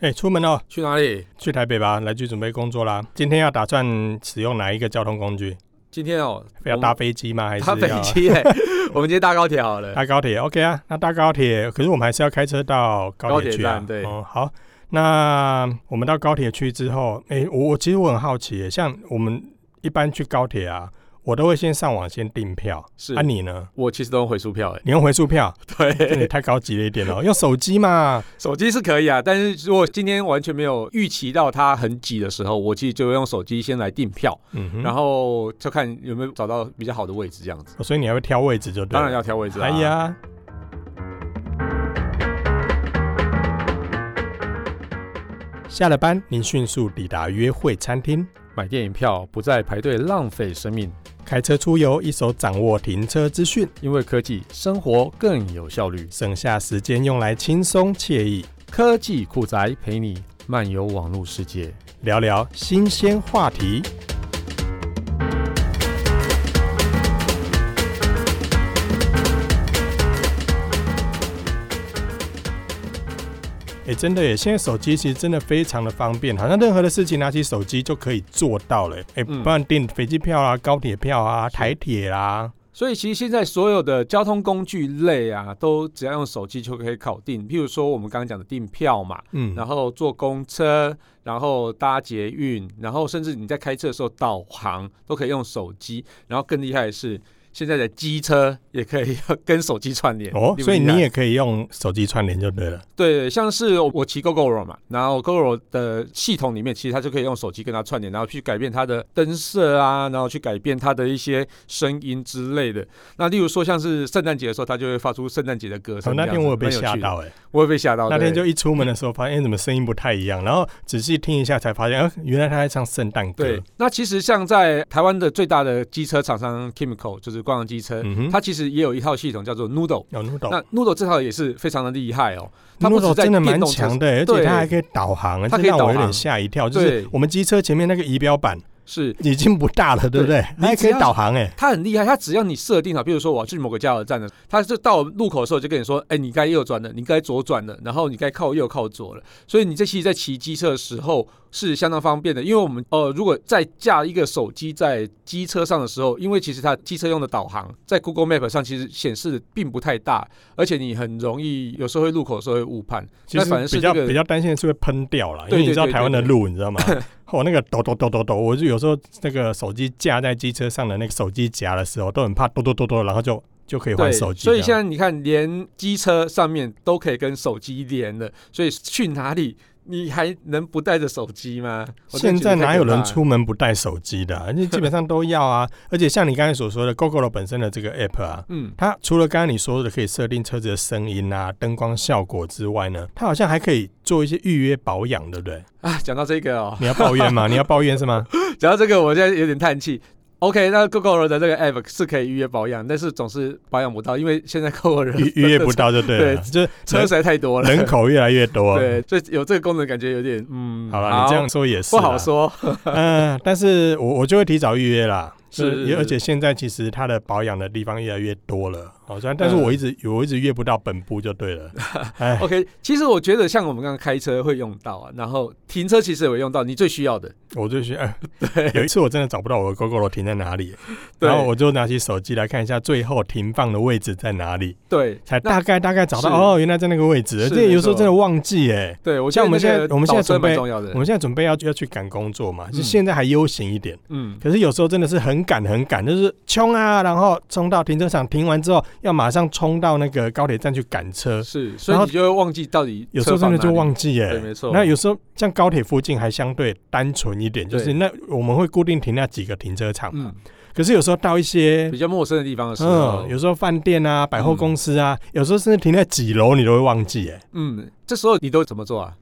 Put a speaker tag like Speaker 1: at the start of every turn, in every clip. Speaker 1: 哎、出门哦，
Speaker 2: 去哪里？
Speaker 1: 去台北吧，来去准备工作啦。今天要打算使用哪一个交通工具？
Speaker 2: 今天哦，
Speaker 1: 非要
Speaker 2: 我们
Speaker 1: 搭飞机啊吗？还是
Speaker 2: 搭飞
Speaker 1: 要
Speaker 2: 机哎、 我们今天搭高铁 好了。
Speaker 1: 搭高铁？OK 啊，那搭高铁，可是我们还是要开车到高铁去啊。
Speaker 2: 高铁站对
Speaker 1: 哦，好。那我们到高铁去之后，哎、我我其实我很好奇耶，像我们一般去高铁啊，我都会先上网先订票。
Speaker 2: 是
Speaker 1: 啊，你呢？
Speaker 2: 我其实都用回数票 哎、
Speaker 1: 你用回数 票，这也
Speaker 2: 对，
Speaker 1: 太高级了一点哦，用手机嘛。
Speaker 2: 手机是可以啊，但是如果今天完全没有预期到它很挤的时候，我其实就会用手机先来订票，
Speaker 1: 嗯哼，
Speaker 2: 然后就看有没有找到比较好的位置这样子。
Speaker 1: 哦所以你还会挑位置就对了。
Speaker 2: 当然要挑位置啊。
Speaker 1: 哎，呀，下了班，您迅速抵达约会餐厅，
Speaker 2: 买电影票不再排队浪费生命，
Speaker 1: 开车出游，一手掌握停车资讯，
Speaker 2: 因为科技生活更有效率。
Speaker 1: 省下时间用来轻松惬意，
Speaker 2: 科技酷宅陪你漫游网络世界。
Speaker 1: 聊聊新鲜话题。哎、真的耶！现在手机其实真的非常的方便，好像任何的事情拿起手机就可以做到了耶。哎、
Speaker 2: 嗯
Speaker 1: 不然订飞机票啊、高铁票啊、台铁啦、
Speaker 2: 所以其实现在所有的交通工具类啊，都只要用手机就可以搞定。譬如说我们刚刚讲的订票嘛，
Speaker 1: 嗯，
Speaker 2: 然后坐公车，然后搭捷运，然后甚至你在开车的时候导航都可以用手机。然后更厉害的是，现在的机车也可以 跟手机串联
Speaker 1: 哦，
Speaker 2: 厉不
Speaker 1: 所以
Speaker 2: 厉害
Speaker 1: 你也可以用手机串联就对了。
Speaker 2: 对，像是我骑 GoGoRo 嘛，然后 GoGoRo 的系统里面，其实它就可以用手机跟它串联，然后去改变它的灯色啊，然后去改变它的一些声音之类的。那例如说像是圣诞节的时候，它就会发出圣诞节的歌声、
Speaker 1: 哦，那天我有被吓
Speaker 2: 啊蛮有趣的，
Speaker 1: 到哎、
Speaker 2: 我有被吓到。
Speaker 1: 那天
Speaker 2: 哦对
Speaker 1: 就一出门的时候，发现、哎怎么声音不太一样，然后仔细听一下才发现，啊、原来他在唱圣诞歌
Speaker 2: 对。，那其实像在台湾的最大的机车厂商 Kimco，就是光阳机车，
Speaker 1: 嗯哼，
Speaker 2: 它其实也有一套系统叫做 Noodle。
Speaker 1: 有 Noodle，
Speaker 2: 呃那 Noodle 这套也是非常的厉害哦，它不止
Speaker 1: Noodle
Speaker 2: 在
Speaker 1: 真的
Speaker 2: 电
Speaker 1: 蛮
Speaker 2: 动车
Speaker 1: 强的欸，而且
Speaker 2: 对
Speaker 1: 它还可以导航，
Speaker 2: 它
Speaker 1: 这
Speaker 2: 可以
Speaker 1: 让我有
Speaker 2: 导
Speaker 1: 点
Speaker 2: 航
Speaker 1: 吓一跳。就是
Speaker 2: 对
Speaker 1: 我们机车前面那个仪表板
Speaker 2: 是
Speaker 1: 已经不大了，对不对？它还可以
Speaker 2: 你只要
Speaker 1: 导航哎，
Speaker 2: 它很厉害，它只要你设定好，比如说我要去某个加油站的，它就到路口的时候就跟你说，哎、你该右转了，你该左转了，然后你该靠右靠左了。所以你这其实在骑机车的时候是相当方便的，因为我们呃，如果再架一个手机在机车上的时候，因为其实它机车用的导航在 Google Map 上其实显示的并不太大，而且你很容易有时候会路口的时候会误判，
Speaker 1: 其实
Speaker 2: 反而是
Speaker 1: 比较
Speaker 2: 这个
Speaker 1: 比较担心的是会喷掉了，因
Speaker 2: 对
Speaker 1: 为你知道
Speaker 2: 对对
Speaker 1: 台湾的
Speaker 2: 对
Speaker 1: 路，你知道 吗？我那个抖抖抖抖抖，我就有时候那个手机架在机车上的那个手机夹的时候，都很怕抖抖抖抖，然后就就可以换
Speaker 2: 对，
Speaker 1: 手机这
Speaker 2: 所
Speaker 1: 样。
Speaker 2: 以现在你看，连机车上面都可以跟手机连了，所以去哪里你还能不带着手 机吗？我真
Speaker 1: 现
Speaker 2: 的觉得
Speaker 1: 在哪
Speaker 2: 太可
Speaker 1: 有人
Speaker 2: 怕了
Speaker 1: 出门不带手机 的、啊？而且基本上都要啊。而且像你刚才所说的，GoGo 本身的这个 App 啊，
Speaker 2: 嗯，
Speaker 1: 它除了刚刚你说的可以设定车子的声音啊、灯光效果之外呢，它好像还可以做一些预约保养，对不 对？
Speaker 2: 啊，讲到这个哦，
Speaker 1: 你要抱怨吗？你要抱怨是吗？
Speaker 2: 讲到这个，我现在有点叹气。OK，那 GoGo 的这个 app 是可以预约保养，但是总是保养不到，因为现在 GoGo
Speaker 1: 预预约不到就对了，
Speaker 2: 对
Speaker 1: 就是
Speaker 2: 车实在太多了，
Speaker 1: 人人口越来越多。啊
Speaker 2: 对，所以有这个功能感觉有点嗯，
Speaker 1: 好了，你这样啊说也是
Speaker 2: 不
Speaker 1: 啦
Speaker 2: 好。说，
Speaker 1: 嗯，但是我我就会提早预约啦。
Speaker 2: 是
Speaker 1: 就是
Speaker 2: 是
Speaker 1: 而且现在其实它的保养的地方越来越多了，好像，但是
Speaker 2: 嗯
Speaker 1: 我一直、我一直约不到本部就对了。哎，
Speaker 2: OK，其实我觉得像我们刚刚开车会用到啊，然后停车其实也会用到，你最需要的。
Speaker 1: 我就觉得、 哎有一次我真的找不到我的 GoGo 停在哪里，
Speaker 2: 对
Speaker 1: 然后我就拿起手机来看一下最后停放的位置在哪里，
Speaker 2: 对，
Speaker 1: 才
Speaker 2: 那
Speaker 1: 大概大概找到
Speaker 2: 是
Speaker 1: 哦，原来在那个位置。
Speaker 2: 是
Speaker 1: 这有时候
Speaker 2: 没错
Speaker 1: 真的忘记哎。
Speaker 2: 对，我觉
Speaker 1: 像我
Speaker 2: 得
Speaker 1: 们
Speaker 2: 那
Speaker 1: 现在
Speaker 2: 个
Speaker 1: 我们现在
Speaker 2: 倒车
Speaker 1: 准备
Speaker 2: 蛮重要的
Speaker 1: 我。们现在准备要要去赶工作嘛，就
Speaker 2: 嗯
Speaker 1: 现在还悠闲一点，
Speaker 2: 嗯，
Speaker 1: 可是有时候真的是很赶很赶，就是冲啊，然后冲到停车场，停完之后要马上冲到那个高铁站去赶车，
Speaker 2: 是，所
Speaker 1: 然
Speaker 2: 以
Speaker 1: 后
Speaker 2: 你就会忘记到底
Speaker 1: 有时候真
Speaker 2: 车放
Speaker 1: 的就
Speaker 2: 哪里
Speaker 1: 忘记耶、
Speaker 2: 对没错
Speaker 1: 那有时候像高铁附近还相对单纯一点，就是
Speaker 2: 对
Speaker 1: 那我们会固定停那几个停车场嘛。
Speaker 2: 嗯
Speaker 1: 可是有时候到一些
Speaker 2: 比较陌生的地方的时候
Speaker 1: 嗯，，有时候饭店啊、百货公司啊，有时候甚至停在几楼你都会忘记耶、
Speaker 2: 嗯，这时候你都怎么做啊？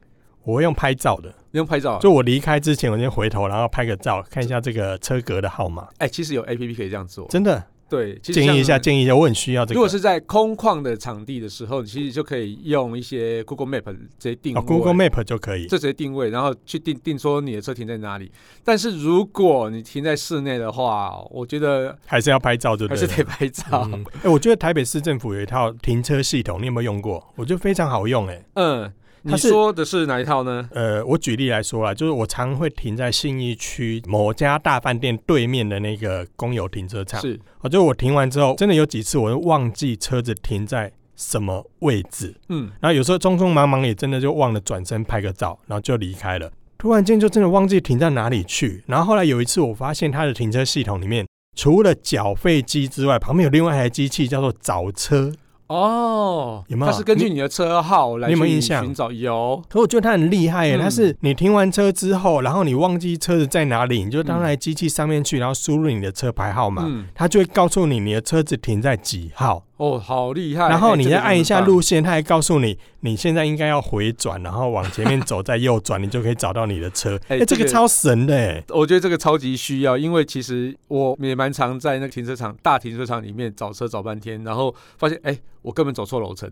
Speaker 1: 我会用拍照的，
Speaker 2: 你用拍照啊？
Speaker 1: 就我离开之前，我先回头，然后拍个照，看一下这个车格的号码。
Speaker 2: 哎，其实有 A P P 可以这样做。
Speaker 1: 真的，
Speaker 2: 对，其实
Speaker 1: 建议一下，
Speaker 2: 像
Speaker 1: 建议一下，我很需要这个。
Speaker 2: 如果是在空旷的场地的时候，你其实就可以用一些 Google Map 直接定
Speaker 1: 哦
Speaker 2: 位。
Speaker 1: ，Google Map 就可以。
Speaker 2: 就直接定位，然后去定定说你的车停在哪里。但是如果你停在室内的话，我觉得
Speaker 1: 还是要拍照就
Speaker 2: 还
Speaker 1: 对
Speaker 2: 是
Speaker 1: 了。
Speaker 2: 得拍照。
Speaker 1: 嗯，哎、我觉得台北市政府有一套停车系统，你有没有用过？我觉得非常好用、哎，
Speaker 2: 嗯，
Speaker 1: 它
Speaker 2: 你
Speaker 1: 是
Speaker 2: 说的是哪一套呢？
Speaker 1: 呃，我举例来说啦，就是我常会停在信义区某家大饭店对面的那个公有停车场。
Speaker 2: 是
Speaker 1: 哦，就我停完之后，真的有几次我会忘记车子停在什么位置，
Speaker 2: 嗯，
Speaker 1: 然后有时候匆匆忙忙也真的就忘了转身拍个照，然后就离开了。突然间就真的忘记停在哪里去。然后后来有一次我发现它的停车系统里面，除了缴费机之外，旁边有另外一台机器叫做找车。
Speaker 2: 哦，
Speaker 1: 有没有
Speaker 2: 它是根据你的车号来
Speaker 1: 你有没有
Speaker 2: 去
Speaker 1: 印象
Speaker 2: 寻找？有，
Speaker 1: 可我觉得它很厉害耶，
Speaker 2: 嗯
Speaker 1: 它是你停完车之后，然后你忘记车子在哪里，你就到
Speaker 2: 嗯
Speaker 1: 那台机器上面去，然后输入你的车牌号码，
Speaker 2: 嗯，
Speaker 1: 它就会告诉你你的车子停在几号。
Speaker 2: 哦，好厉害。
Speaker 1: 然
Speaker 2: 哎
Speaker 1: 后你再按一下，
Speaker 2: 这个真的很
Speaker 1: 路线，它还告诉你你现在应该要回转，然后往前面走，再右转，你就可以找到你的车。
Speaker 2: 哎
Speaker 1: 哎、这
Speaker 2: 这
Speaker 1: 个
Speaker 2: 个
Speaker 1: 超神的哎！
Speaker 2: 棒我觉得这个超级需要，因为其实我也蛮常在那个停车场大停车场里面找车找半天，然后发现哎，我根本走错楼层。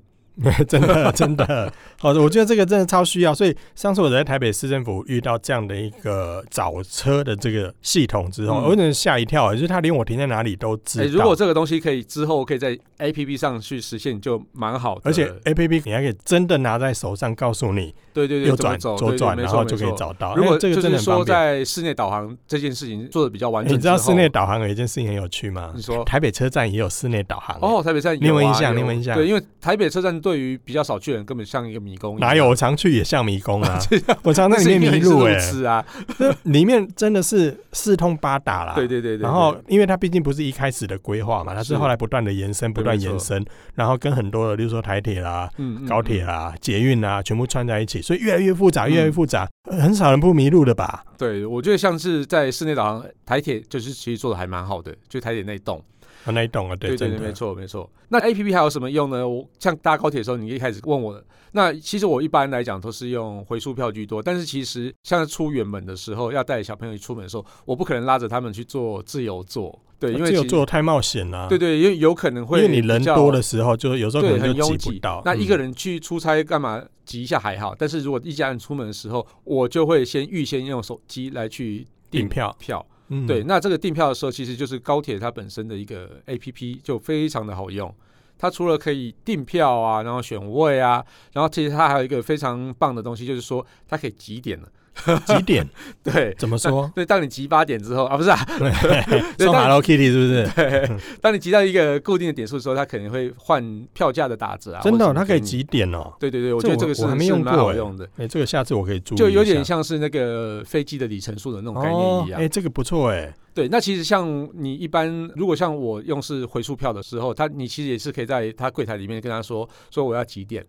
Speaker 1: 真 的真的，好的，我觉得这个真的超需要。所以上次我在台北市政府遇到这样的一个找车的这个系统之后，
Speaker 2: 嗯
Speaker 1: 我真的吓一跳，哎就是他连我停在哪里都知
Speaker 2: 哎，
Speaker 1: 道。
Speaker 2: 如果这个东西可以之后可以在 A P P 上去实现，就蛮好的。
Speaker 1: 而且 A P P 你还可以真的拿在手上，告诉你
Speaker 2: 对对对，
Speaker 1: 右
Speaker 2: 怎么
Speaker 1: 转、
Speaker 2: 走
Speaker 1: 左
Speaker 2: 对对
Speaker 1: 转，
Speaker 2: 没
Speaker 1: 然
Speaker 2: 错
Speaker 1: 后
Speaker 2: 没
Speaker 1: 就可以
Speaker 2: 错
Speaker 1: 找到。
Speaker 2: 如
Speaker 1: 哎
Speaker 2: 果
Speaker 1: 这
Speaker 2: 就
Speaker 1: 个真的很
Speaker 2: 是说
Speaker 1: 方便。
Speaker 2: 在室内导航这件事情做的比较完
Speaker 1: 哎
Speaker 2: 整，
Speaker 1: 你知道室内，导航有一件事情很有趣吗
Speaker 2: 你？嗯说
Speaker 1: 台北车站也有室内导航。哎
Speaker 2: 哦，台北车站
Speaker 1: 你有没有印象
Speaker 2: 啊
Speaker 1: 你有没有印象
Speaker 2: 对，因为台北车站对于比较少去的人，根本像一个迷宫一样。
Speaker 1: 哪有？我常去也像迷宫啊，我常在
Speaker 2: 那
Speaker 1: 里
Speaker 2: 是
Speaker 1: 面
Speaker 2: 因为
Speaker 1: 迷
Speaker 2: 你是
Speaker 1: 路哎、
Speaker 2: 痴啊！
Speaker 1: 这里面真的是四通八达啦。
Speaker 2: 对对对对。
Speaker 1: 啊然后，因为它毕竟不是一开始的规划嘛，它是
Speaker 2: 是
Speaker 1: 后来不断的延伸，不
Speaker 2: 对
Speaker 1: 断
Speaker 2: 没错
Speaker 1: 延伸，然后跟很多的，例如说台铁啦、
Speaker 2: 对嗯嗯
Speaker 1: 高铁
Speaker 2: 嗯
Speaker 1: 啦、捷运啦，全部串在一起，所以越来越复杂，越来越
Speaker 2: 嗯
Speaker 1: 复杂，很少人不迷路的吧？
Speaker 2: 对我觉得像是在室内导航，台铁就是其实做的还蛮好的，就台铁那一栋。
Speaker 1: 啊，那一栋啊，
Speaker 2: 对对
Speaker 1: 真
Speaker 2: 对，没
Speaker 1: 的，
Speaker 2: 错没错。那 A P P 还有什么用呢？我像搭高铁的时候，你一开始问我，那其实我一般来讲都是用回数票居多，但是其实像出远门的时候，要带小朋友出门的时候，我不可能拉着他们去做自由座，对，因为
Speaker 1: 这有
Speaker 2: 其
Speaker 1: 做太冒险了。
Speaker 2: 对对，因为有可能
Speaker 1: 啊因
Speaker 2: 会
Speaker 1: 为你人
Speaker 2: 比较
Speaker 1: 多的时候，就有时候可
Speaker 2: 对，
Speaker 1: 能
Speaker 2: 很
Speaker 1: 就
Speaker 2: 拥
Speaker 1: 挤不
Speaker 2: 挤
Speaker 1: 到。。
Speaker 2: 那一个
Speaker 1: 嗯
Speaker 2: 人去出差干嘛挤一下还好，但是如果一家人出门的时候，我就会先预先用手机来去
Speaker 1: 订票，
Speaker 2: 票。
Speaker 1: 嗯
Speaker 2: 对，那这个订票的时候，其实就是高铁它本身的一个 APP 就非常的好用。它除了可以订票啊，然后选位啊，然后其实它还有一个非常棒的东西，就是说它可以几点了。
Speaker 1: 几点？
Speaker 2: 对，
Speaker 1: 怎么说？
Speaker 2: 对，当你集八点之后啊，不是啊， 对
Speaker 1: 送
Speaker 2: 当
Speaker 1: Hello Kitty 是不是？
Speaker 2: 当你集到一个固定的点数的时候，它可能会换票价的打折啊。
Speaker 1: 真的
Speaker 2: 或
Speaker 1: 哦，
Speaker 2: 者
Speaker 1: 它可以
Speaker 2: 给你。
Speaker 1: 几点哦？
Speaker 2: 对对对，我
Speaker 1: 这
Speaker 2: 觉得
Speaker 1: 我
Speaker 2: 这个是
Speaker 1: 我还没用
Speaker 2: 是蛮
Speaker 1: 过
Speaker 2: 好
Speaker 1: 欸
Speaker 2: 用的。
Speaker 1: 哎，这个下次我可以注意一下，
Speaker 2: 就有点像是那个飞机的里程数的那种概念一样。
Speaker 1: 哦哎，这个不错哎，
Speaker 2: 对，那其实像你一般，如果像我用是回数票的时候，他你其实也是可以在他柜台里面跟他说说我要几点，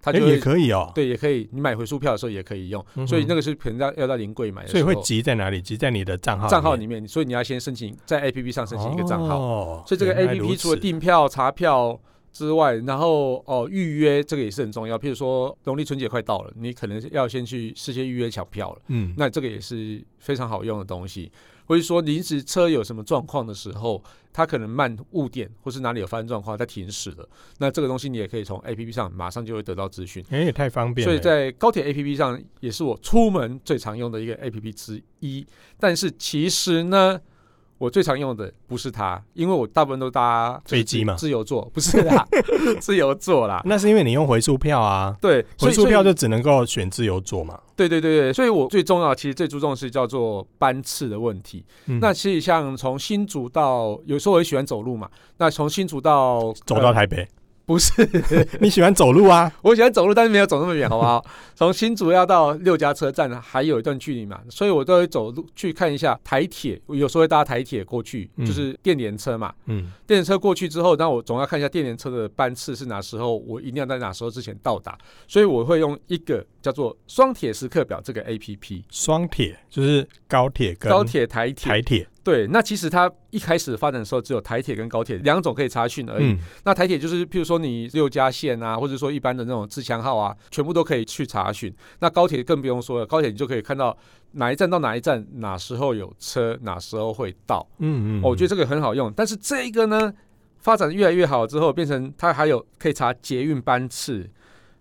Speaker 2: 他
Speaker 1: 哎
Speaker 2: 就
Speaker 1: 也
Speaker 2: 会、
Speaker 1: 可以哦。
Speaker 2: 对也可以，你买回数票的时候也可以用，
Speaker 1: 嗯哼
Speaker 2: 所以那个是可能要要到临柜买的时
Speaker 1: 所以
Speaker 2: 候，
Speaker 1: 会集在哪里？集在你的账号
Speaker 2: 账号
Speaker 1: 面
Speaker 2: 里面，所以你要先申请在 APP 上申请一个账号，
Speaker 1: 哦
Speaker 2: 所以这个
Speaker 1: 原来如
Speaker 2: APP 除了
Speaker 1: 此
Speaker 2: 订票、查票。之外，然后哦预约这个也是很重要。譬如说农历春节快到了，你可能要先去事先预约抢票了。
Speaker 1: 嗯，
Speaker 2: 那这个也是非常好用的东西。或者说临时车有什么状况的时候，它可能慢误点，或是哪里有发生状况，它停驶了，那这个东西你也可以从 A P P 上马上就会得到资讯。
Speaker 1: 哎也太方便
Speaker 2: 所
Speaker 1: 了。
Speaker 2: 以在高铁 A P P 上也是我出门最常用的一个 A P P 之一。但是其实呢，我最常用的不是它，因为我大部分都搭就是
Speaker 1: 飞机嘛
Speaker 2: 自由座不是 啦，自由座啦。
Speaker 1: 那是因为你用回数票啊，
Speaker 2: 对，所
Speaker 1: 回
Speaker 2: 以
Speaker 1: 数
Speaker 2: 所以
Speaker 1: 票就只能够选自由座嘛。
Speaker 2: 对对对对，所以我最重要，其实最注重的是叫做班次的问题。
Speaker 1: 嗯
Speaker 2: 那其实像从新竹到，有时候我也喜欢走路嘛。那从新竹到
Speaker 1: 走到
Speaker 2: 呃
Speaker 1: 台北，
Speaker 2: 不是，
Speaker 1: 你喜欢走路啊？
Speaker 2: 我喜欢走路，但是没有走那么远，好不好？ 从新竹要到六家车站还有一段距离嘛，所以我都会走路去看一下台铁，我有时候会搭台铁过去，
Speaker 1: 嗯
Speaker 2: 就是电联车嘛。
Speaker 1: 嗯，
Speaker 2: 电联车过去之后，那我总要看一下电联车的班次是哪时候，我一定要在哪时候之前到达，所以我会用一个叫做双铁时刻表这个 A P P。
Speaker 1: 双铁就是高铁跟
Speaker 2: 高铁、台铁，
Speaker 1: 台铁，
Speaker 2: 对，那其实它一开始发展的时候，只有台铁跟高铁两种可以查询而已。
Speaker 1: 嗯，
Speaker 2: 那台铁就是，譬如说你六家线啊，或者说一般的那种自强号啊，全部都可以去查询。那高铁更不用说了，高铁你就可以看到哪一站到哪一站，哪时候有车，哪时候会到。
Speaker 1: 嗯嗯，
Speaker 2: 哦我觉得
Speaker 1: 得
Speaker 2: 这个很好用，但是这个呢，发展越来越好之后，变成它还有可以查捷运班次，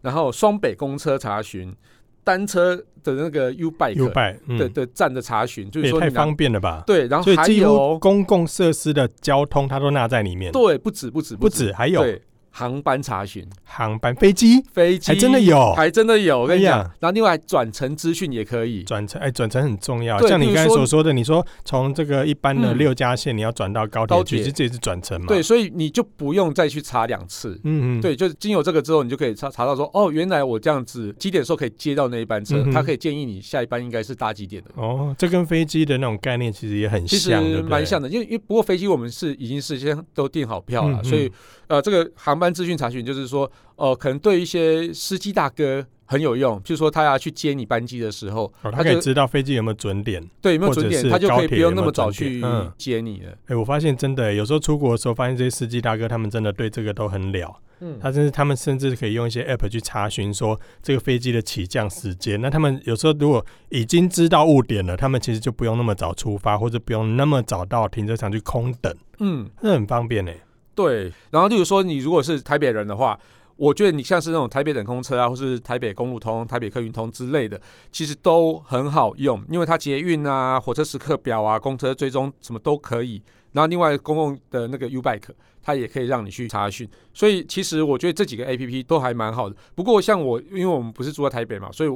Speaker 2: 然后双北公车查询，单车的那个 U
Speaker 1: U
Speaker 2: Bike
Speaker 1: 拜，嗯
Speaker 2: 的的站的查询，就是
Speaker 1: 也
Speaker 2: 说
Speaker 1: 太
Speaker 2: 你哪
Speaker 1: 方便了吧？
Speaker 2: 对，然
Speaker 1: 所
Speaker 2: 后
Speaker 1: 以
Speaker 2: 哦还
Speaker 1: 几
Speaker 2: 有
Speaker 1: 乎公共设施的交通它都纳在里面，
Speaker 2: 对，不止不止
Speaker 1: 不止还有
Speaker 2: 对，航班查询，
Speaker 1: 航班飞机
Speaker 2: 飞机
Speaker 1: 还哎真的有
Speaker 2: 还真的有。我跟你
Speaker 1: 哦哎
Speaker 2: 讲
Speaker 1: 呀，
Speaker 2: 然后另外转乘资讯也可以，
Speaker 1: 转乘，哎，转乘很重要。
Speaker 2: 对
Speaker 1: 像
Speaker 2: 譬
Speaker 1: 你
Speaker 2: 如
Speaker 1: 刚才
Speaker 2: 说
Speaker 1: 所说的，你说从这个一般的
Speaker 2: 嗯
Speaker 1: 六家线，你要转到高铁
Speaker 2: 高
Speaker 1: 去，其
Speaker 2: 铁
Speaker 1: 实这也是转乘嘛。
Speaker 2: 对，，所以你就不用再去查两次。
Speaker 1: 嗯嗯，
Speaker 2: 对，就是经由这个之后，你就可以查查到说，哦，原来我这样子几点的时候可以接到那一班车
Speaker 1: 嗯，哼
Speaker 2: 他可以建议你下一班应该是搭几点的。
Speaker 1: 哦，这跟飞机的那种概念其实也很
Speaker 2: 其实
Speaker 1: 像，对不对？
Speaker 2: 蛮像的，因为因为不过飞机我们是已经事先都订好票了，
Speaker 1: 嗯嗯
Speaker 2: 所以呃，这个航班资讯查询就是说，呃，可能对一些司机大哥很有用，譬如说他要去接你班机的时候，
Speaker 1: 哦，他
Speaker 2: 他
Speaker 1: 可以
Speaker 2: 就
Speaker 1: 知道飞机有没有准点。
Speaker 2: 对有没有
Speaker 1: 或者
Speaker 2: 准点，
Speaker 1: 是
Speaker 2: 他就
Speaker 1: 高
Speaker 2: 可以不
Speaker 1: 铁有
Speaker 2: 用那
Speaker 1: 没有
Speaker 2: 么早
Speaker 1: 准点
Speaker 2: 去
Speaker 1: 嗯
Speaker 2: 接你了。
Speaker 1: 哎、我发现真的、有时候出国的时候，发现这些司机大哥他们真的对这个都很了。
Speaker 2: 嗯，
Speaker 1: 他甚至他们甚至可以用一些 app 去查询说这个飞机的起降时间。那他们有时候如果已经知道误点了，他们其实就不用那么早出发，或者不用那么早到停车场去空等，
Speaker 2: 嗯，
Speaker 1: 这很方便呢、
Speaker 2: 对。然后，例如说，你如果是台北人的话，我觉得你像是那种台北等空车啊，或是台北公路通、台北客运通之类的，其实都很好用，因为它捷运啊、火车时刻表啊、公车追踪什么都可以。然后，另外公共的那个 U Bike，它也可以让你去查询。所以，其实我觉得这几个 A P P 都还蛮好的。不过，像我，因为我们不是住在台北嘛，所以。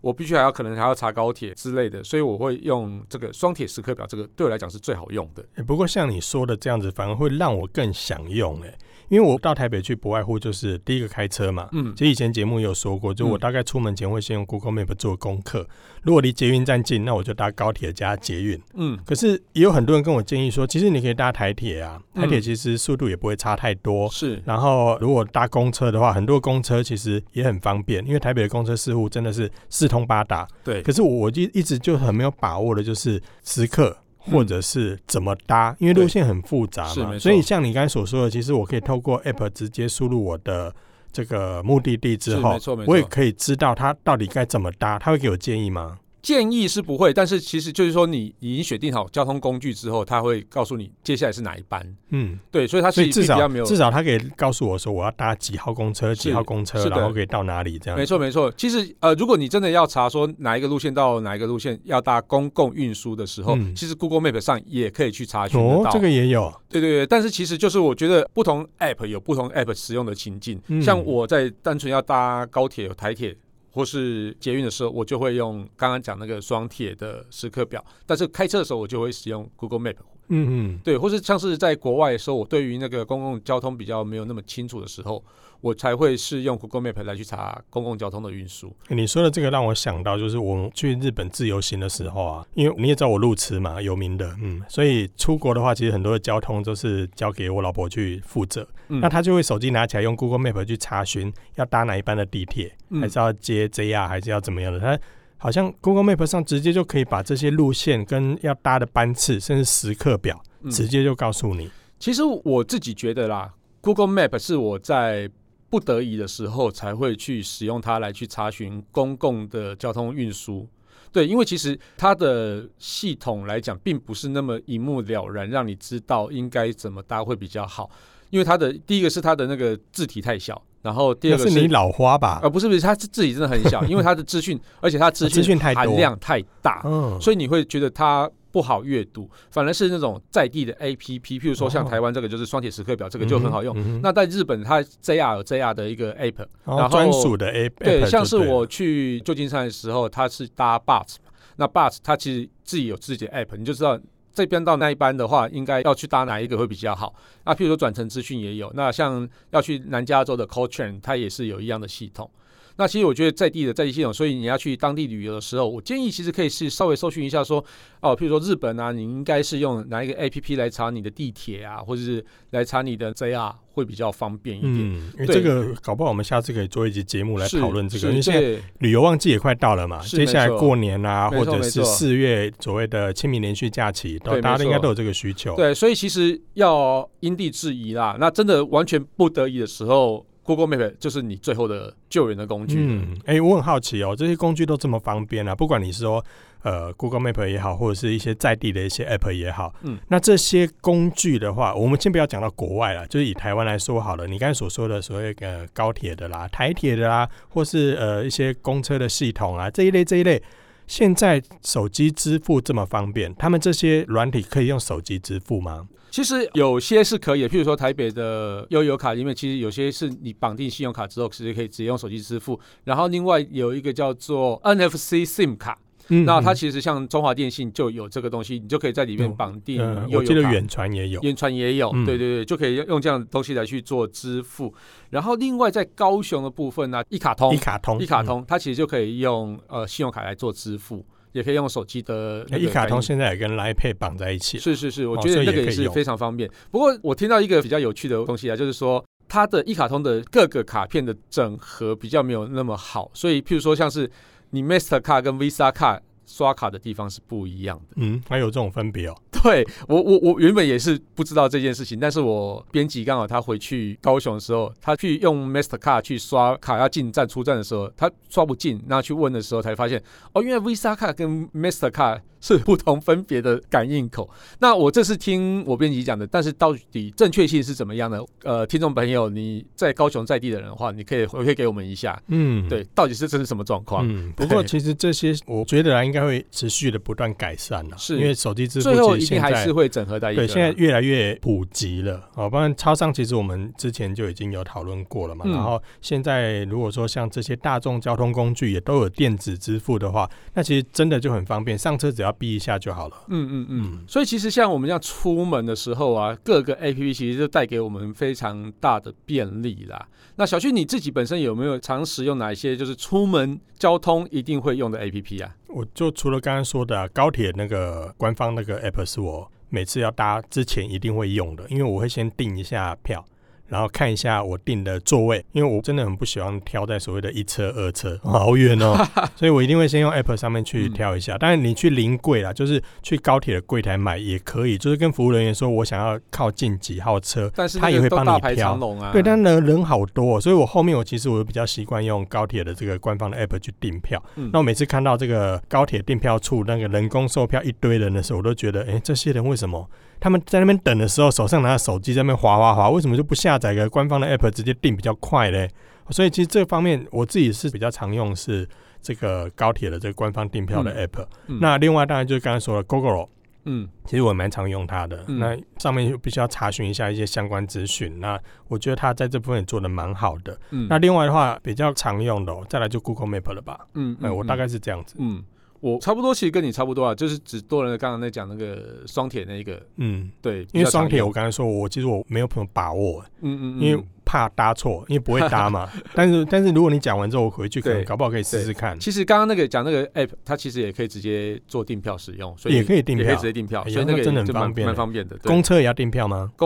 Speaker 2: 我必须还要可能还要查高铁之类的，所以我会用这个双铁时刻表，这个对我来讲是最好用的。
Speaker 1: 欸不过像你说的这样子，反而会让我更想用哎、因为我到台北去不外乎就是第一个开车嘛。
Speaker 2: 嗯，
Speaker 1: 其实以前节目也有说过，就我
Speaker 2: 嗯
Speaker 1: 大概出门前会先用 Google Map 做功课。如果离捷运站近，那我就搭高铁加捷运。
Speaker 2: 嗯，
Speaker 1: 可是也有很多人跟我建议说，其实你可以搭台铁啊，
Speaker 2: 嗯
Speaker 1: 台铁其实速度也不会差太多。
Speaker 2: 是，
Speaker 1: 然后如果搭公车的话，很多公车其实也很方便，因为台北的公车似乎真的是四通八达。
Speaker 2: 对，
Speaker 1: 可是我我就一直就很没有把握的就是时刻。或者是怎么搭，因为路线很复杂
Speaker 2: 是没
Speaker 1: 嘛，
Speaker 2: 错
Speaker 1: 所以像你刚才所说的，其实我可以透 过 app 直接输入我的这个目的地之
Speaker 2: 是
Speaker 1: 后
Speaker 2: 没错没，错
Speaker 1: 我也可以知道它到底该怎么搭，他会给我建议吗？
Speaker 2: 建议是不会，但是其实就是说你已经选定好交通工具之后，他会告诉你接下来是哪一班。
Speaker 1: 嗯，
Speaker 2: 对，所以他
Speaker 1: 所
Speaker 2: 是
Speaker 1: 以至
Speaker 2: 比较
Speaker 1: 少
Speaker 2: 没有。
Speaker 1: 至少他可以告诉我说我要搭几号公车，
Speaker 2: 是
Speaker 1: 几号公车，
Speaker 2: 是的
Speaker 1: 然后可以到哪里这样
Speaker 2: 没。错没错，其实呃，如果你真的要查说哪一个路线到哪一个路线要搭公共运输的时候，
Speaker 1: 嗯
Speaker 2: 其实 Google Map 上也可以去查询得
Speaker 1: 哦
Speaker 2: 到。，
Speaker 1: 这个也有，
Speaker 2: 对对对，但是其实就是我觉得不同 App 有不同 App 使用的情境，
Speaker 1: 嗯
Speaker 2: 像我在单纯要搭高铁、台铁或是捷运的时候，我就会用刚刚讲那个双铁的时刻表，但是开车的时候我就会使用 Google Map
Speaker 1: 嗯嗯，
Speaker 2: 对，或是像是在国外的时候，我对于那个公共交通比较没有那么清楚的时候，我才会是用 Google Map 来去查公共交通的运输。
Speaker 1: 你说的这个让我想到，就是我去日本自由行的时候啊，因为你也知道我路痴嘛，有名的，嗯，所以出国的话，其实很多的交通都是交给我老婆去负责，
Speaker 2: 嗯
Speaker 1: 那她就会手机拿起来用 Google Map 去查询要搭哪一班的地铁，还
Speaker 2: 嗯，
Speaker 1: 是要接 JR，还是要怎么样的，她。好像 Google Map 上直接就可以把这些路线跟要搭的班次，甚至时刻表，
Speaker 2: 嗯
Speaker 1: 直接就告诉你。
Speaker 2: 其实我自己觉得啦，Google Map 是我在不得已的时候才会去使用它来去查询公共的交通运输。对，因为其实它的系统来讲，并不是那么一目了然，让你知道应该怎么搭会比较好。因为它的第一个是它的那个字体太小，然后第
Speaker 1: 那
Speaker 2: 二个
Speaker 1: 是你老花吧？啊
Speaker 2: 呃，不是不是，他自己真的很小，因为他的资讯，而且他资
Speaker 1: 资讯
Speaker 2: 讯
Speaker 1: 太多
Speaker 2: 含量太大，
Speaker 1: 嗯，
Speaker 2: 所以你会觉得它不好阅读，反而是那种在地的 APP，譬如说像
Speaker 1: 哦
Speaker 2: 台湾这个就是双铁时刻表，这个就很好用。
Speaker 1: 嗯哼。
Speaker 2: 那在日本，它 JR 有 JR 的一个 App，
Speaker 1: 那
Speaker 2: 然后
Speaker 1: 专属的 app，
Speaker 2: 对，像是
Speaker 1: 就对了
Speaker 2: 我去旧金山的时候，它是搭 Bus，嘛那 Bus 它其实自己有自己的 App，你就知道。这边到那一班的话，应该要去搭哪一个会比较好？那譬如说转乘资讯也有，那像要去南加州的 Coltrane，它也是有一样的系统。那其实我觉得在地的在地系统，所以你要去当地旅游的时候，我建议其实可以是稍微搜寻一下说，哦，譬如说日本啊，你应该是用哪一个 APP 来查你的地铁啊，或者是来查你的 JR 会比较方便一点。
Speaker 1: 嗯，因为
Speaker 2: 对
Speaker 1: 这个搞不好我们下次可以做一集节目来
Speaker 2: 是
Speaker 1: 讨论这
Speaker 2: 是
Speaker 1: 个，因为现在
Speaker 2: 对
Speaker 1: 旅游旺季也快到了嘛，
Speaker 2: 是
Speaker 1: 接下来
Speaker 2: 没错
Speaker 1: 过年啊，
Speaker 2: 没
Speaker 1: 或
Speaker 2: 错
Speaker 1: 者
Speaker 2: 没
Speaker 1: 是
Speaker 2: 错
Speaker 1: 四月所谓的清明连续假期，都
Speaker 2: 对
Speaker 1: 大家都
Speaker 2: 没
Speaker 1: 应该
Speaker 2: 错
Speaker 1: 都有这个需求。
Speaker 2: 对，所以其实要因地制宜啦。那真的完全不得已的时候，Google Map 就是你最后的救援的工具。
Speaker 1: 嗯，哎、我很好奇哦，这些工具都这么方便啊，不管你是说呃 Google Map 也好，或者是一些在地的一些 App 也好，
Speaker 2: 嗯，
Speaker 1: 那这些工具的话，我们先不要讲到国外了，就是以台湾来说好了，你刚才所说的所谓呃高铁的啦、台铁的啦，或是呃一些公车的系统啊这一类这一类。现在手机支付这么方便，他们这些软体可以用手机支付吗？
Speaker 2: 其实有些是可以的，譬如说台北的悠游卡里面，其实有些是你绑定信用卡之后，其实可以直接用手机支付。然后另外有一个叫做 NFC SIM 卡，
Speaker 1: 嗯
Speaker 2: 那它其实像中华电信就有这个东西，你就可以在里面
Speaker 1: 嗯
Speaker 2: 绑定
Speaker 1: 嗯，
Speaker 2: 悠
Speaker 1: 我记得
Speaker 2: 游卡。
Speaker 1: 远传也有，
Speaker 2: 远传也有，
Speaker 1: 嗯
Speaker 2: 对对对，就可以用这样的东西来去做支付。然后另外在高雄的部分呢、一卡通
Speaker 1: 一，卡通，
Speaker 2: 一卡
Speaker 1: 嗯。
Speaker 2: 通，它其实就可以用呃信用卡来做支付，也可以用手机的那
Speaker 1: 哎
Speaker 2: 个
Speaker 1: 一卡通
Speaker 2: 感应
Speaker 1: 现在也跟 Line Pay 绑在一起了，
Speaker 2: 是是是，我
Speaker 1: 哦
Speaker 2: 觉
Speaker 1: 所
Speaker 2: 得
Speaker 1: 以
Speaker 2: 那
Speaker 1: 也
Speaker 2: 个
Speaker 1: 可
Speaker 2: 也
Speaker 1: 以
Speaker 2: 是
Speaker 1: 用
Speaker 2: 非常方便。不过我听到一个比较有趣的东西啊，就是说它的一卡通的各个卡片的整合比较没有那么好，所以譬如说像是你 Master 卡跟 Visa 卡。刷卡的地方是不一样的。
Speaker 1: 嗯，还有这种分别哦。
Speaker 2: 对我，我我原本也是不知道这件事情，但是我编辑刚好他回去高雄的时候，他去用 Master 卡去刷卡要进站出站的时候，他刷不进，那去问的时候才发现，哦，因为 Visa 卡跟 Master 卡是不同分别的感应口。那我这是听我编辑讲的，但是到底正确性是怎么样呢？呃，听众朋友，你在高雄在地的人的话，你可以回馈给我们一下，
Speaker 1: 嗯，
Speaker 2: 对，到底是这是什么状况？
Speaker 1: 嗯，不过
Speaker 2: 对
Speaker 1: 其实这些我觉得啊，应该会持续的不断改善了，
Speaker 2: 是
Speaker 1: 因为手机支付
Speaker 2: 最后
Speaker 1: 其
Speaker 2: 一
Speaker 1: 实
Speaker 2: 定
Speaker 1: 现
Speaker 2: 还
Speaker 1: 在
Speaker 2: 是会啊整合在一个
Speaker 1: 对
Speaker 2: 啦。
Speaker 1: 现在越来越普及了。好，不然超商其实我们之前就已经有讨论过了嘛。
Speaker 2: 嗯
Speaker 1: 然后现在如果说像这些大众交通工具也都有电子支付的话，那其实真的就很方便，上车只要逼一下就好了。
Speaker 2: 嗯嗯嗯
Speaker 1: 嗯，
Speaker 2: 所以其实像我们这样出门的时候啊，各个 A P P 其实就带给我们非常大的便利啦。那小旭你自己本身有没有常使用哪一些就是出门交通一定会用的 A P P 啊？
Speaker 1: 我就除了刚刚说的啊、高铁那个官方那个 app 是我每次要搭之前一定会用的，因为我会先订一下票。然后看一下我订的座位，因为我真的很不喜欢挑在所谓的一车二车，好远哦，所以我一定会先用 app 上面去挑一下。当然你去临柜啦，就是去高铁的柜台买也可以，就是跟服务人员说我想要靠近几号车，
Speaker 2: 但是
Speaker 1: 他也
Speaker 2: 那
Speaker 1: 会
Speaker 2: 个都
Speaker 1: 帮
Speaker 2: 大
Speaker 1: 你
Speaker 2: 排
Speaker 1: 挑
Speaker 2: 长龙啊。
Speaker 1: 对，但呢人好多、哦，所以我后面我其实我比较习惯用高铁的这个官方的 app 去订票。
Speaker 2: 嗯
Speaker 1: 那我每次看到这个高铁订票处那个人工售票一堆人的时候，我都觉得，哎、这些人为什么他们在那边等的时候，手上拿着手机在那边滑滑滑，为什么就不下载个官方的 app 直接订比较快嘞？所以其实这方面我自己是比较常用是这个高铁的这个官方订票的
Speaker 2: 嗯
Speaker 1: app。
Speaker 2: 嗯
Speaker 1: 那另外当然就是刚才说的 Google。
Speaker 2: 嗯
Speaker 1: 其实我蛮常用它的。
Speaker 2: 嗯
Speaker 1: 那上面就必须要查询一下一些相关资讯。那我觉得它在这部分也做的蛮好的。
Speaker 2: 嗯
Speaker 1: 那另外的话，比较常用的、哦，再来就 Google Map 了吧？
Speaker 2: 嗯
Speaker 1: 哎、我大
Speaker 2: 概。
Speaker 1: 概是这样子。
Speaker 2: 嗯，我差不多，其实跟你差不多啊，就是只多了刚刚在讲那个双铁那一个，
Speaker 1: 嗯，
Speaker 2: 对，
Speaker 1: 因
Speaker 2: 比
Speaker 1: 为
Speaker 2: 较
Speaker 1: 双
Speaker 2: 常
Speaker 1: 铁
Speaker 2: 用
Speaker 1: 我刚才说，我其实我没有什么把握，
Speaker 2: 嗯嗯嗯，
Speaker 1: 因为怕搭错，因为不会搭 嘛。但是但是如果你讲完之后，我回去可能
Speaker 2: 对
Speaker 1: 搞不好可以试试看，
Speaker 2: 其实刚刚那个讲那个 app，它其实也可以直接做订票使用，所以
Speaker 1: 也可以订
Speaker 2: 也可以
Speaker 1: 票
Speaker 2: 直。接订票，
Speaker 1: 哎呀
Speaker 2: 所以那
Speaker 1: 那
Speaker 2: 个
Speaker 1: 真的很
Speaker 2: 就蛮
Speaker 1: 方便
Speaker 2: 蛮
Speaker 1: 欸
Speaker 2: 方便的。对
Speaker 1: 公车也要订票吗？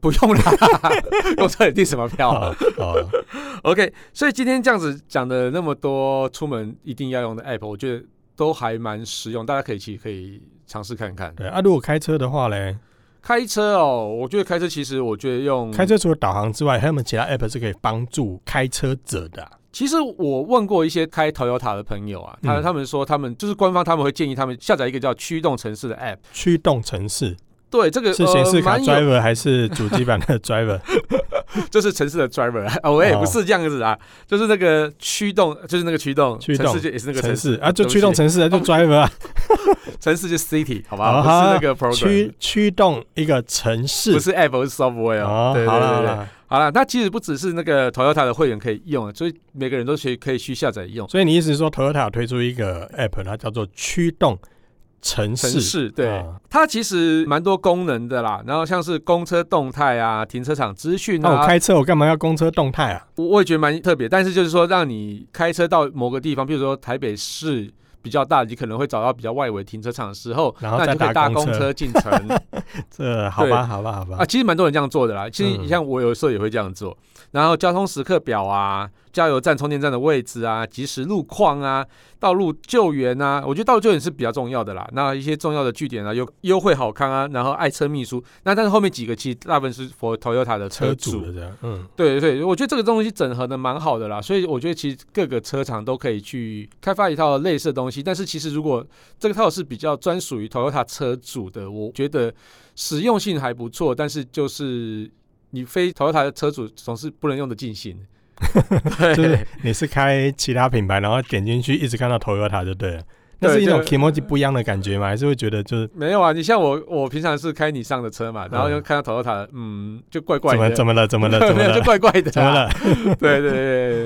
Speaker 2: 不 用啦，用车也订什么票啊
Speaker 1: 哦哦，
Speaker 2: ？OK，所以今天这样子讲的那么多出门一定要用的 app，我觉得都还蛮实用，大家可以去可以尝试看看。
Speaker 1: 对啊。如果开车的话嘞，
Speaker 2: 开车哦，我觉得开车其实我觉得用
Speaker 1: 开车除了导航之外，还有没有其他 app 是可以帮助开车者的啊、
Speaker 2: 其实我问过一些开 Toyota 的朋友啊，他
Speaker 1: 嗯
Speaker 2: 他们说他们就是官方他们会建议他们下载一个叫驱动城市的 app。
Speaker 1: 驱动城市？
Speaker 2: 对，这个
Speaker 1: 是显示
Speaker 2: 呃
Speaker 1: 卡
Speaker 2: 蛮有
Speaker 1: driver 还是主机版 的 driver？
Speaker 2: 这是城市的 driver 啊， 我
Speaker 1: 哦
Speaker 2: 也不是这样子啊，就是那个驱动，就是那个驱动，
Speaker 1: 驱动
Speaker 2: 城市就也是那个
Speaker 1: 城
Speaker 2: 城
Speaker 1: 市啊，就
Speaker 2: 对不
Speaker 1: 驱动
Speaker 2: 起
Speaker 1: 城市啊，就 driver 啊，
Speaker 2: 城市就 city，好吧，
Speaker 1: 啊
Speaker 2: 不
Speaker 1: 哈
Speaker 2: 是那个 program，
Speaker 1: 驱驱动一个城市。
Speaker 2: 不是 app，不是 software 哦
Speaker 1: 哦，，
Speaker 2: 对对
Speaker 1: 好了好
Speaker 2: 对对，
Speaker 1: 了，
Speaker 2: 好了，它其实不只是那个 Toyota 的会员可以用，啊所以每个人都可以可以去下载用。
Speaker 1: 所以你意思是说 Toyota 有推出一个 app，它叫做驱动城
Speaker 2: 城
Speaker 1: 市？
Speaker 2: 市对、
Speaker 1: 啊
Speaker 2: 它其实蛮多功能的啦，然后像是公车动态啊、停车场资讯
Speaker 1: 那我
Speaker 2: 啊，
Speaker 1: 开车我干嘛要公车动态 啊？
Speaker 2: 我我也觉得蛮特别，但是就是说，让你开车到某个地方，比如说台北市比较大，你可能会找到比较外围停车场的时候，
Speaker 1: 然后
Speaker 2: 那
Speaker 1: 再
Speaker 2: 你就可以
Speaker 1: 搭
Speaker 2: 搭
Speaker 1: 公
Speaker 2: 公
Speaker 1: 车
Speaker 2: 车进 城
Speaker 1: 这好吧好吧好
Speaker 2: 啊。
Speaker 1: 吧，
Speaker 2: 其实蛮多人这样做的啦，其实
Speaker 1: 嗯
Speaker 2: 像我有时候也会这样做。然后交通时刻表啊、加油站、充电站的位置啊、即时路况啊、道路救援啊，我觉得道路救援是比较重要的啦。那一些重要的据点啊，优优惠好康啊，然后爱车秘书，那但是后面几个其实大部分是 for Toyota 的
Speaker 1: 车
Speaker 2: 主
Speaker 1: 主的这样，嗯，
Speaker 2: 对对，我觉得这个东西整合的蛮好的啦，所以我觉得其实各个车厂都可以去开发一套类似的东西。但是其实如果这个套是比较专属于 Toyota 车主的，我觉得实用性还不错，但是就是你非 Toyota 的车主总是不能用的 尽兴。
Speaker 1: 就是你是开其他品牌，然后点进去一直看到 Toyota 就对了。那是一种
Speaker 2: 对
Speaker 1: k i m o j i 不一样的感觉吗？还是会觉得就是
Speaker 2: 没有啊，你像我，我平常是开你上的车嘛，然后
Speaker 1: 嗯
Speaker 2: 又看到 Toyota，嗯，就怪怪
Speaker 1: 怎么
Speaker 2: 的，
Speaker 1: 怎么了？怎么了？怎么
Speaker 2: 没有就
Speaker 1: 了？
Speaker 2: 怪怪的、啊
Speaker 1: 怎么？了？
Speaker 2: 对对对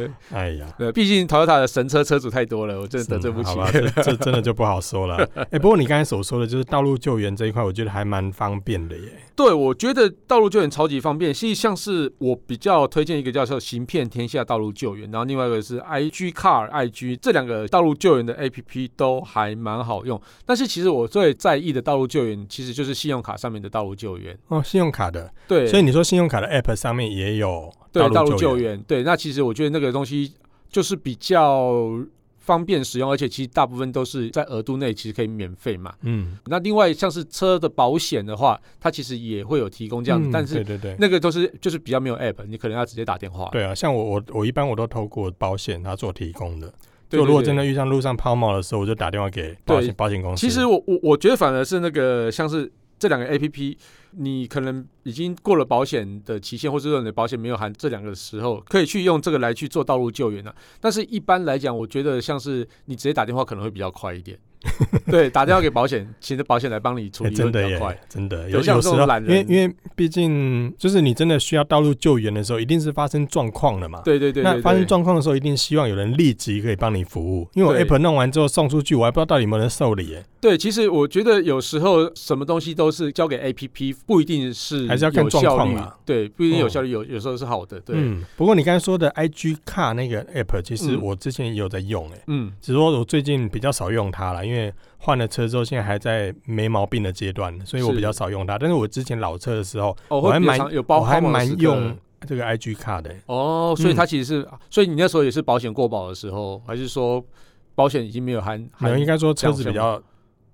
Speaker 2: 对
Speaker 1: 哎呀，
Speaker 2: 对，毕竟 Toyota 的神车车主太多了，我真的得
Speaker 1: 嗯
Speaker 2: 罪不起
Speaker 1: 好。吧，这这真的就不好说 了。哎，不过你刚才所说的就是道路救援这一块，我觉得还蛮方便的耶。
Speaker 2: 对，我觉得道路救援超级方便。其实像是我比较推荐一个叫做“行骗天下道路救援”，然后另外一个是 IG Car IG 这两个道路救援的 APP 都还蛮好用。但是其实我最在意的道路救援其实就是信用卡上面的道路救援。
Speaker 1: 哦，信用卡的，
Speaker 2: 对，
Speaker 1: 所以你说信用卡的 App 上面也有
Speaker 2: 对道路
Speaker 1: 路
Speaker 2: 救
Speaker 1: 援，
Speaker 2: 援，对，那其实我觉得那个东西就是比较方便使用，而且其实大部分都是在额度内，其实可以免费嘛。
Speaker 1: 嗯，
Speaker 2: 那另外像是车的保险的话，它其实也会有提供这样子，
Speaker 1: 嗯
Speaker 2: 但是
Speaker 1: 对对对。
Speaker 2: 那个都是就是比较没有 app，你可能要直接打电话。
Speaker 1: 对啊，像我我我一般我都透过保险它做提供的，
Speaker 2: 对，
Speaker 1: 就如果
Speaker 2: 对
Speaker 1: 真的遇上路上抛锚的时候，我就打电话给保
Speaker 2: 对
Speaker 1: 险保险公司。
Speaker 2: 其实我我我觉得反而是那个像是这两个 A P P，你可能已经过了保险的期限，或者说你的保险没有含这两个的时候，可以去用这个来去做道路救援啊。但是一般来讲，我觉得像是你直接打电话可能会比较快 一点。对，打电话给保险，请着保险来帮你处
Speaker 1: 欸
Speaker 2: 理会
Speaker 1: 真
Speaker 2: 比
Speaker 1: 的
Speaker 2: 较
Speaker 1: 耶
Speaker 2: 快。，
Speaker 1: 真的有
Speaker 2: 像
Speaker 1: 有
Speaker 2: 我
Speaker 1: 时
Speaker 2: 这种
Speaker 1: 候
Speaker 2: 懒，
Speaker 1: 因为
Speaker 2: 人
Speaker 1: 因为毕竟就是你真的需要道路救援的时候，一定是发生状况了嘛。
Speaker 2: 对对对对
Speaker 1: 那
Speaker 2: 对
Speaker 1: 发生状况的时候，一定希望有人立即可以帮你服务，因为我
Speaker 2: 对
Speaker 1: app 弄完之后送出去，我还不知道到底有没有人受理耶，
Speaker 2: 对，其实我觉得有时候什么东西都是交给 A P P，不一定是
Speaker 1: 还是要看
Speaker 2: 有
Speaker 1: 状
Speaker 2: 效
Speaker 1: 况
Speaker 2: 率
Speaker 1: 啦
Speaker 2: 对，不一定有
Speaker 1: 嗯
Speaker 2: 效率，有有时候是好的。对，
Speaker 1: 嗯，不过你刚才说的 IG 卡那个 app，其实
Speaker 2: 嗯
Speaker 1: 我之前也有在用诶、
Speaker 2: 嗯
Speaker 1: 只是说我最近比较少用它了，因为换了车之后，现在还在没毛病的阶段，所以我
Speaker 2: 是
Speaker 1: 比较少用它。但是我之前老车的时候，
Speaker 2: 哦，
Speaker 1: 我还
Speaker 2: 会比较
Speaker 1: 蛮
Speaker 2: 常有包
Speaker 1: 我还
Speaker 2: 括某
Speaker 1: 蛮
Speaker 2: 时刻
Speaker 1: 用这个 IG 卡的、
Speaker 2: 哦，所以
Speaker 1: 嗯
Speaker 2: 它其实是，所以你那时候也是保险过保的时候，还是说保险已经没有含
Speaker 1: 没有，
Speaker 2: 含
Speaker 1: 应？该说车子
Speaker 2: 这样
Speaker 1: 比较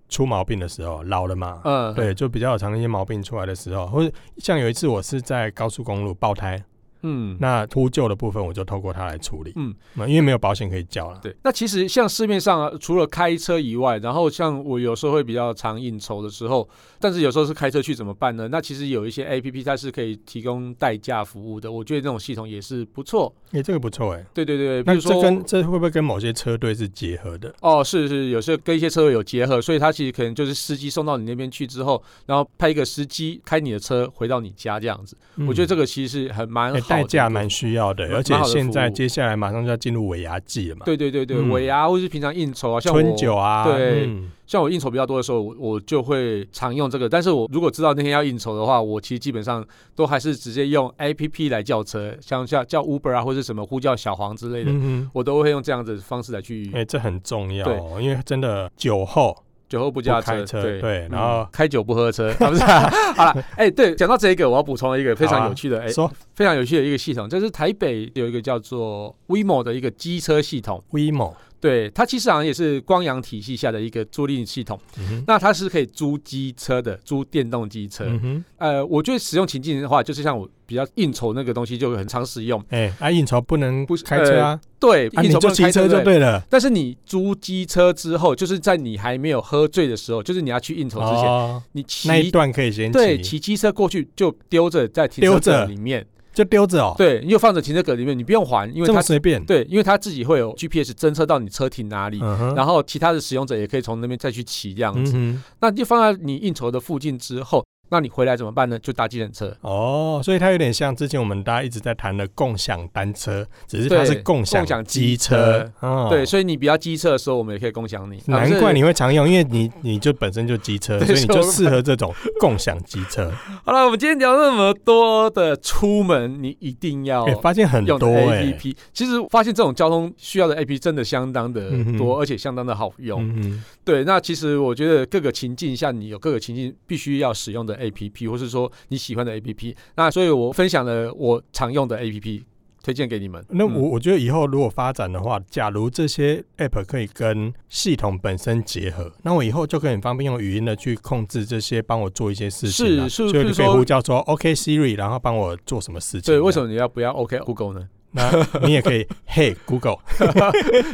Speaker 1: 出毛病的时候，老了嘛，
Speaker 2: 嗯，
Speaker 1: 对，就比较有常一些毛病出来的时候，或者像有一次我是在高速公路爆胎，
Speaker 2: 嗯，
Speaker 1: 那秃鹫的部分我就透过它来处理，
Speaker 2: 嗯
Speaker 1: 嗯，因为没有保险可以交了，
Speaker 2: 对。那其实像市面上、啊、除了开车以外，然后像我有时候会比较常应酬的时候，但是有时候是开车去怎么办呢？那其实有一些 A P P 它是可以提供代驾服务的，我觉得这种系统也是不错。
Speaker 1: 哎、这个不错哎、
Speaker 2: 对对对，比
Speaker 1: 那
Speaker 2: 如说
Speaker 1: 这跟这会不会跟某些车队是结合的？
Speaker 2: 哦，是是，有时候跟一些车友有结合，所以他其实可能就是司机送到你那边去之后，然后派一个司机开你的车回到你家这样子。我觉得这
Speaker 1: 个、
Speaker 2: 个其实是很蛮好
Speaker 1: 嗯哎
Speaker 2: 的、
Speaker 1: 代驾蛮。需要的，
Speaker 2: 蛮
Speaker 1: 而且
Speaker 2: 蛮好的
Speaker 1: 现在
Speaker 2: 服务
Speaker 1: 接下来马上就要进入尾牙季了嘛，
Speaker 2: 对对对对，
Speaker 1: 嗯
Speaker 2: 尾牙或是平常应酬啊，像我
Speaker 1: 春酒啊，
Speaker 2: 对
Speaker 1: 嗯
Speaker 2: 像我应酬比较多的时候，我我就会常用这个。但是我如果知道那天要应酬的话，我其实基本上都还是直接用 A P P 来叫车，像叫叫 Uber 啊，或是什么呼叫小黄之类的，
Speaker 1: 嗯
Speaker 2: 我都会用这样子的方式来去
Speaker 1: 哼，哎、这很重要哦、因为真的酒后
Speaker 2: 酒后不
Speaker 1: 不
Speaker 2: 驾
Speaker 1: 开车，
Speaker 2: 对。
Speaker 1: 对，然
Speaker 2: 嗯
Speaker 1: 后
Speaker 2: 开酒不喝车， 啊、不是、好了，哎、对，讲到这个，我要补充一个非
Speaker 1: 好
Speaker 2: 常
Speaker 1: 啊
Speaker 2: 有趣的，哎、
Speaker 1: 说
Speaker 2: 非常有趣的一个系统，就是台北有一个叫做 WeMo 的一个机车系统，
Speaker 1: WeMo，
Speaker 2: 对，它其实好像也是光阳体系下的一个租赁系统。
Speaker 1: 嗯哼
Speaker 2: 那它是可以租机车的，租电动机车。
Speaker 1: 嗯哼，
Speaker 2: 呃，我觉得使用情境的话，就是像我比较应酬那个东西就很常使用。
Speaker 1: 哎、啊，应酬不能
Speaker 2: 不是
Speaker 1: 开车啊，
Speaker 2: 对，
Speaker 1: 啊，
Speaker 2: 应
Speaker 1: 你
Speaker 2: 酬不
Speaker 1: 就
Speaker 2: 能
Speaker 1: 骑
Speaker 2: 开
Speaker 1: 车
Speaker 2: 对
Speaker 1: 就
Speaker 2: 不对。
Speaker 1: 对了。
Speaker 2: 但是你租机车之后，就是在你还没有喝醉的时候，就是你要去应酬之前，
Speaker 1: 哦，
Speaker 2: 你
Speaker 1: 那一
Speaker 2: 骑
Speaker 1: 段可以先
Speaker 2: 对
Speaker 1: 骑，
Speaker 2: 骑机车过去就丢着在停车
Speaker 1: 丢着
Speaker 2: 格里面，
Speaker 1: 就丢着哦，
Speaker 2: 对，你就放着停车格里面，你不用还，因为
Speaker 1: 这么
Speaker 2: 它
Speaker 1: 随便。
Speaker 2: 对，因为它自己会有 GPS 侦测到你车停哪里，
Speaker 1: 嗯哼，
Speaker 2: 然后其他的使用者也可以从那边再去骑这样子。
Speaker 1: 嗯哼，
Speaker 2: 那就放在你应酬的附近之后，那你回来怎么办呢？就搭计程车。
Speaker 1: 哦，所以它有点像之前我们大家一直在谈的共享单车，只是它
Speaker 2: 对
Speaker 1: 是共
Speaker 2: 共享
Speaker 1: 机
Speaker 2: 机
Speaker 1: 车
Speaker 2: 车。
Speaker 1: 哦，
Speaker 2: 对，，所以你比较机车的时候，我们也可以共享你。啊
Speaker 1: 难
Speaker 2: 不是
Speaker 1: 怪你会常用，因为你你就本身就机车，
Speaker 2: 对
Speaker 1: 所以你
Speaker 2: 所以
Speaker 1: 就
Speaker 2: 我
Speaker 1: 适合这种共享机 车。
Speaker 2: 好了，我们今天聊那么多的出门，你一定要
Speaker 1: 哎，发现很
Speaker 2: 哦用的
Speaker 1: 多哎
Speaker 2: APP。其实发现这种交通需要的 APP 真的相当的
Speaker 1: 嗯哼
Speaker 2: 多，而且相当的好用。
Speaker 1: 嗯
Speaker 2: 对，那其实我觉得各个情境下，你有各个情境必须要使用的 APP，或是说你喜欢的 APP。那所以我分享了我常用的 APP，推荐给你们。
Speaker 1: 那
Speaker 2: 嗯
Speaker 1: 我我觉得以后如果发展的话，假如这些 app 可以跟系统本身结合，那我以后就可以很方便用语音的去控制这些，帮我做一些事情啊。
Speaker 2: 是是
Speaker 1: 就
Speaker 2: 譬
Speaker 1: 你
Speaker 2: 如
Speaker 1: 可以
Speaker 2: 说
Speaker 1: 呼叫说 OK Siri，然后帮我做什么事情。啊
Speaker 2: 对，为什
Speaker 1: 么？
Speaker 2: 么你要不要 OK Google 呢？
Speaker 1: 那你也可以 Hey Google，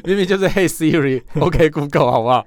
Speaker 2: 明明就是 Hey Siri，OK、Google，好不好？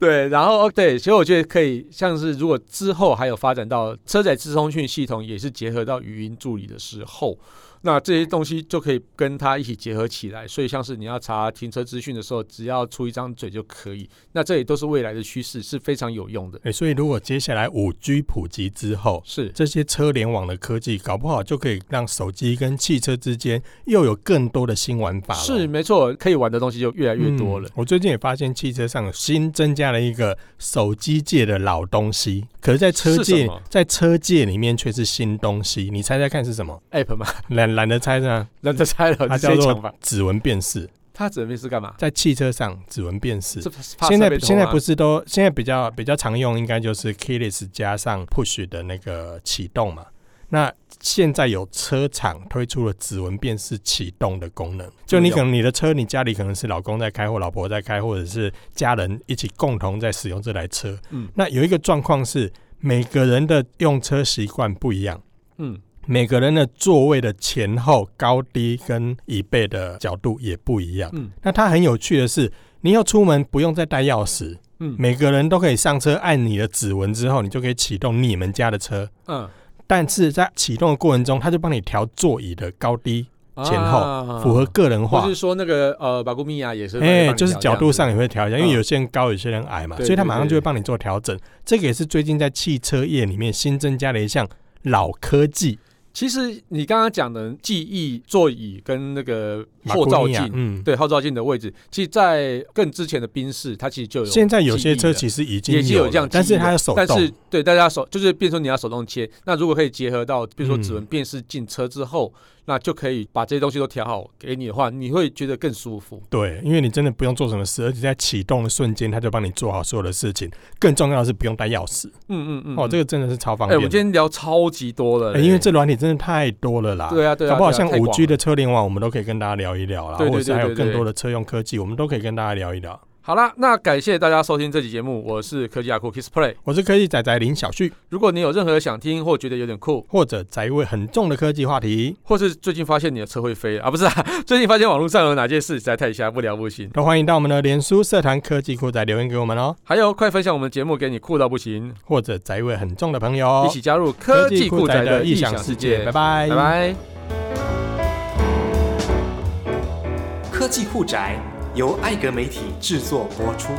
Speaker 2: 对，然后哦对，所以我觉得可以，像是如果之后还有发展到车载自通讯系统，也是结合到语音助理的时候，那这些东西就可以跟它一起结合起来，所以像是你要查停车资讯的时候，只要出一张嘴就可以。那这也都是未来的趋势，是非常有用的。
Speaker 1: 哎、所以如果接下来五 G 普及之后，
Speaker 2: 是
Speaker 1: 这些车联网的科技，搞不好就可以让手机跟汽车之间又有更多的新玩法了。
Speaker 2: 是没错，可以玩的东西就越来越多了
Speaker 1: 嗯。我最近也发现汽车上有新增加了一个手机界的老东西，可是，在车
Speaker 2: 是什
Speaker 1: 界
Speaker 2: 么，
Speaker 1: 在车界里面却是新东西。你猜猜看是什么？
Speaker 2: app 嘛，
Speaker 1: 懒懒得猜呢？
Speaker 2: 人家猜了，
Speaker 1: 它
Speaker 2: 你直
Speaker 1: 叫
Speaker 2: 接讲
Speaker 1: 做
Speaker 2: 吧。
Speaker 1: 指纹辨识，
Speaker 2: 它指纹是干嘛？
Speaker 1: 在汽车上指纹辨识。
Speaker 2: 是是怕
Speaker 1: 现
Speaker 2: 设备
Speaker 1: 在
Speaker 2: 偷
Speaker 1: 现在
Speaker 2: 吗
Speaker 1: 不是都现在比较比较常用，应该就是 keyless 加上 push 的那个启动嘛。那现在有车厂推出了指纹辨识启动的功能，就你可能你的车，你家里可能是老公在开或老婆在开，或者是家人一起共同在使用这台车。
Speaker 2: 嗯
Speaker 1: 那有一个状况是，每个人的用车习惯不一样，
Speaker 2: 嗯
Speaker 1: 每个人的座位的前后高低跟椅背的角度也不一样。
Speaker 2: 嗯
Speaker 1: 那它很有趣的是，你要出门不用再带钥匙，
Speaker 2: 嗯
Speaker 1: 每个人都可以上车，按你的指纹之后，你就可以启动你们家的车。
Speaker 2: 嗯，
Speaker 1: 但是在启动的过程中，它就帮你调座椅的高低，前后
Speaker 2: 啊
Speaker 1: 符合个人
Speaker 2: 或
Speaker 1: 化
Speaker 2: 是。说那个呃，巴古米亚也是会帮你
Speaker 1: 哎、
Speaker 2: 量这样子，
Speaker 1: 就是角度上也会调一下，因为
Speaker 2: 嗯
Speaker 1: 有些人高，有些人矮嘛，
Speaker 2: 对
Speaker 1: 所以它
Speaker 2: 对
Speaker 1: 马上
Speaker 2: 对
Speaker 1: 就会帮你做调整。这个也是最近在汽车业里面新增加的一项老科技
Speaker 2: 其实你刚刚讲的记忆座椅跟那个
Speaker 1: 马
Speaker 2: 后
Speaker 1: 古
Speaker 2: 照
Speaker 1: 尼亚
Speaker 2: 镜，
Speaker 1: 嗯，
Speaker 2: 对后照镜的位置，其实，在更之前的宾士，它其实就有
Speaker 1: 现在有些车
Speaker 2: 记
Speaker 1: 其
Speaker 2: 忆的
Speaker 1: 实已经
Speaker 2: 也是有
Speaker 1: 了
Speaker 2: 这样记忆的，
Speaker 1: 但是它的手
Speaker 2: 但是
Speaker 1: 动，
Speaker 2: 对大家手就是变成你要手动切。那如果可以结合到，比如说
Speaker 1: 嗯
Speaker 2: 指纹辨识进车之后，那就可以把这些东西都调好给你的话，你会觉得更舒服。
Speaker 1: 对，因为你真的不用做什么事，而且在启动的瞬间，它就帮你做好所有的事情。更重要的是不用带钥匙，
Speaker 2: 嗯嗯嗯，
Speaker 1: 哦，这个
Speaker 2: 个
Speaker 1: 真的是超方
Speaker 2: 哎、
Speaker 1: 便的。
Speaker 2: 我们今天聊超级多了嘞、
Speaker 1: 欸因为这软体真的太多了啦。
Speaker 2: 对啊对啊，
Speaker 1: 搞不好
Speaker 2: 对啊
Speaker 1: 像
Speaker 2: 太
Speaker 1: 五
Speaker 2: 广
Speaker 1: G
Speaker 2: 了
Speaker 1: 的车联网，我们都可以跟大家聊一聊啦，
Speaker 2: 对对
Speaker 1: 或者是还有
Speaker 2: 对对
Speaker 1: 更多的车用科技，我们都可以跟大家聊一聊。
Speaker 2: 好啦，那感谢大家收听这期节目，我是科技阿酷 Kiss Play。
Speaker 1: 我是科技仔仔林小旭，
Speaker 2: 如果你有任何想听或觉得有点酷，
Speaker 1: 或者宅味很重的科技话题，
Speaker 2: 或是最近发现你的车会飞 啊，不是啊，最近发现网络上有哪件事实在太瞎不聊不行，
Speaker 1: 都欢迎到我们的脸书社团科技酷仔留言给我们哦，
Speaker 2: 还有快分享我们节目给你酷到不行，
Speaker 1: 或者宅味很重的朋友哦
Speaker 2: 一起加入科技酷宅的异想世界，
Speaker 1: 拜
Speaker 2: 拜
Speaker 1: 拜，
Speaker 2: 拜。拜
Speaker 3: 科技酷宅由艾格媒体制作播出。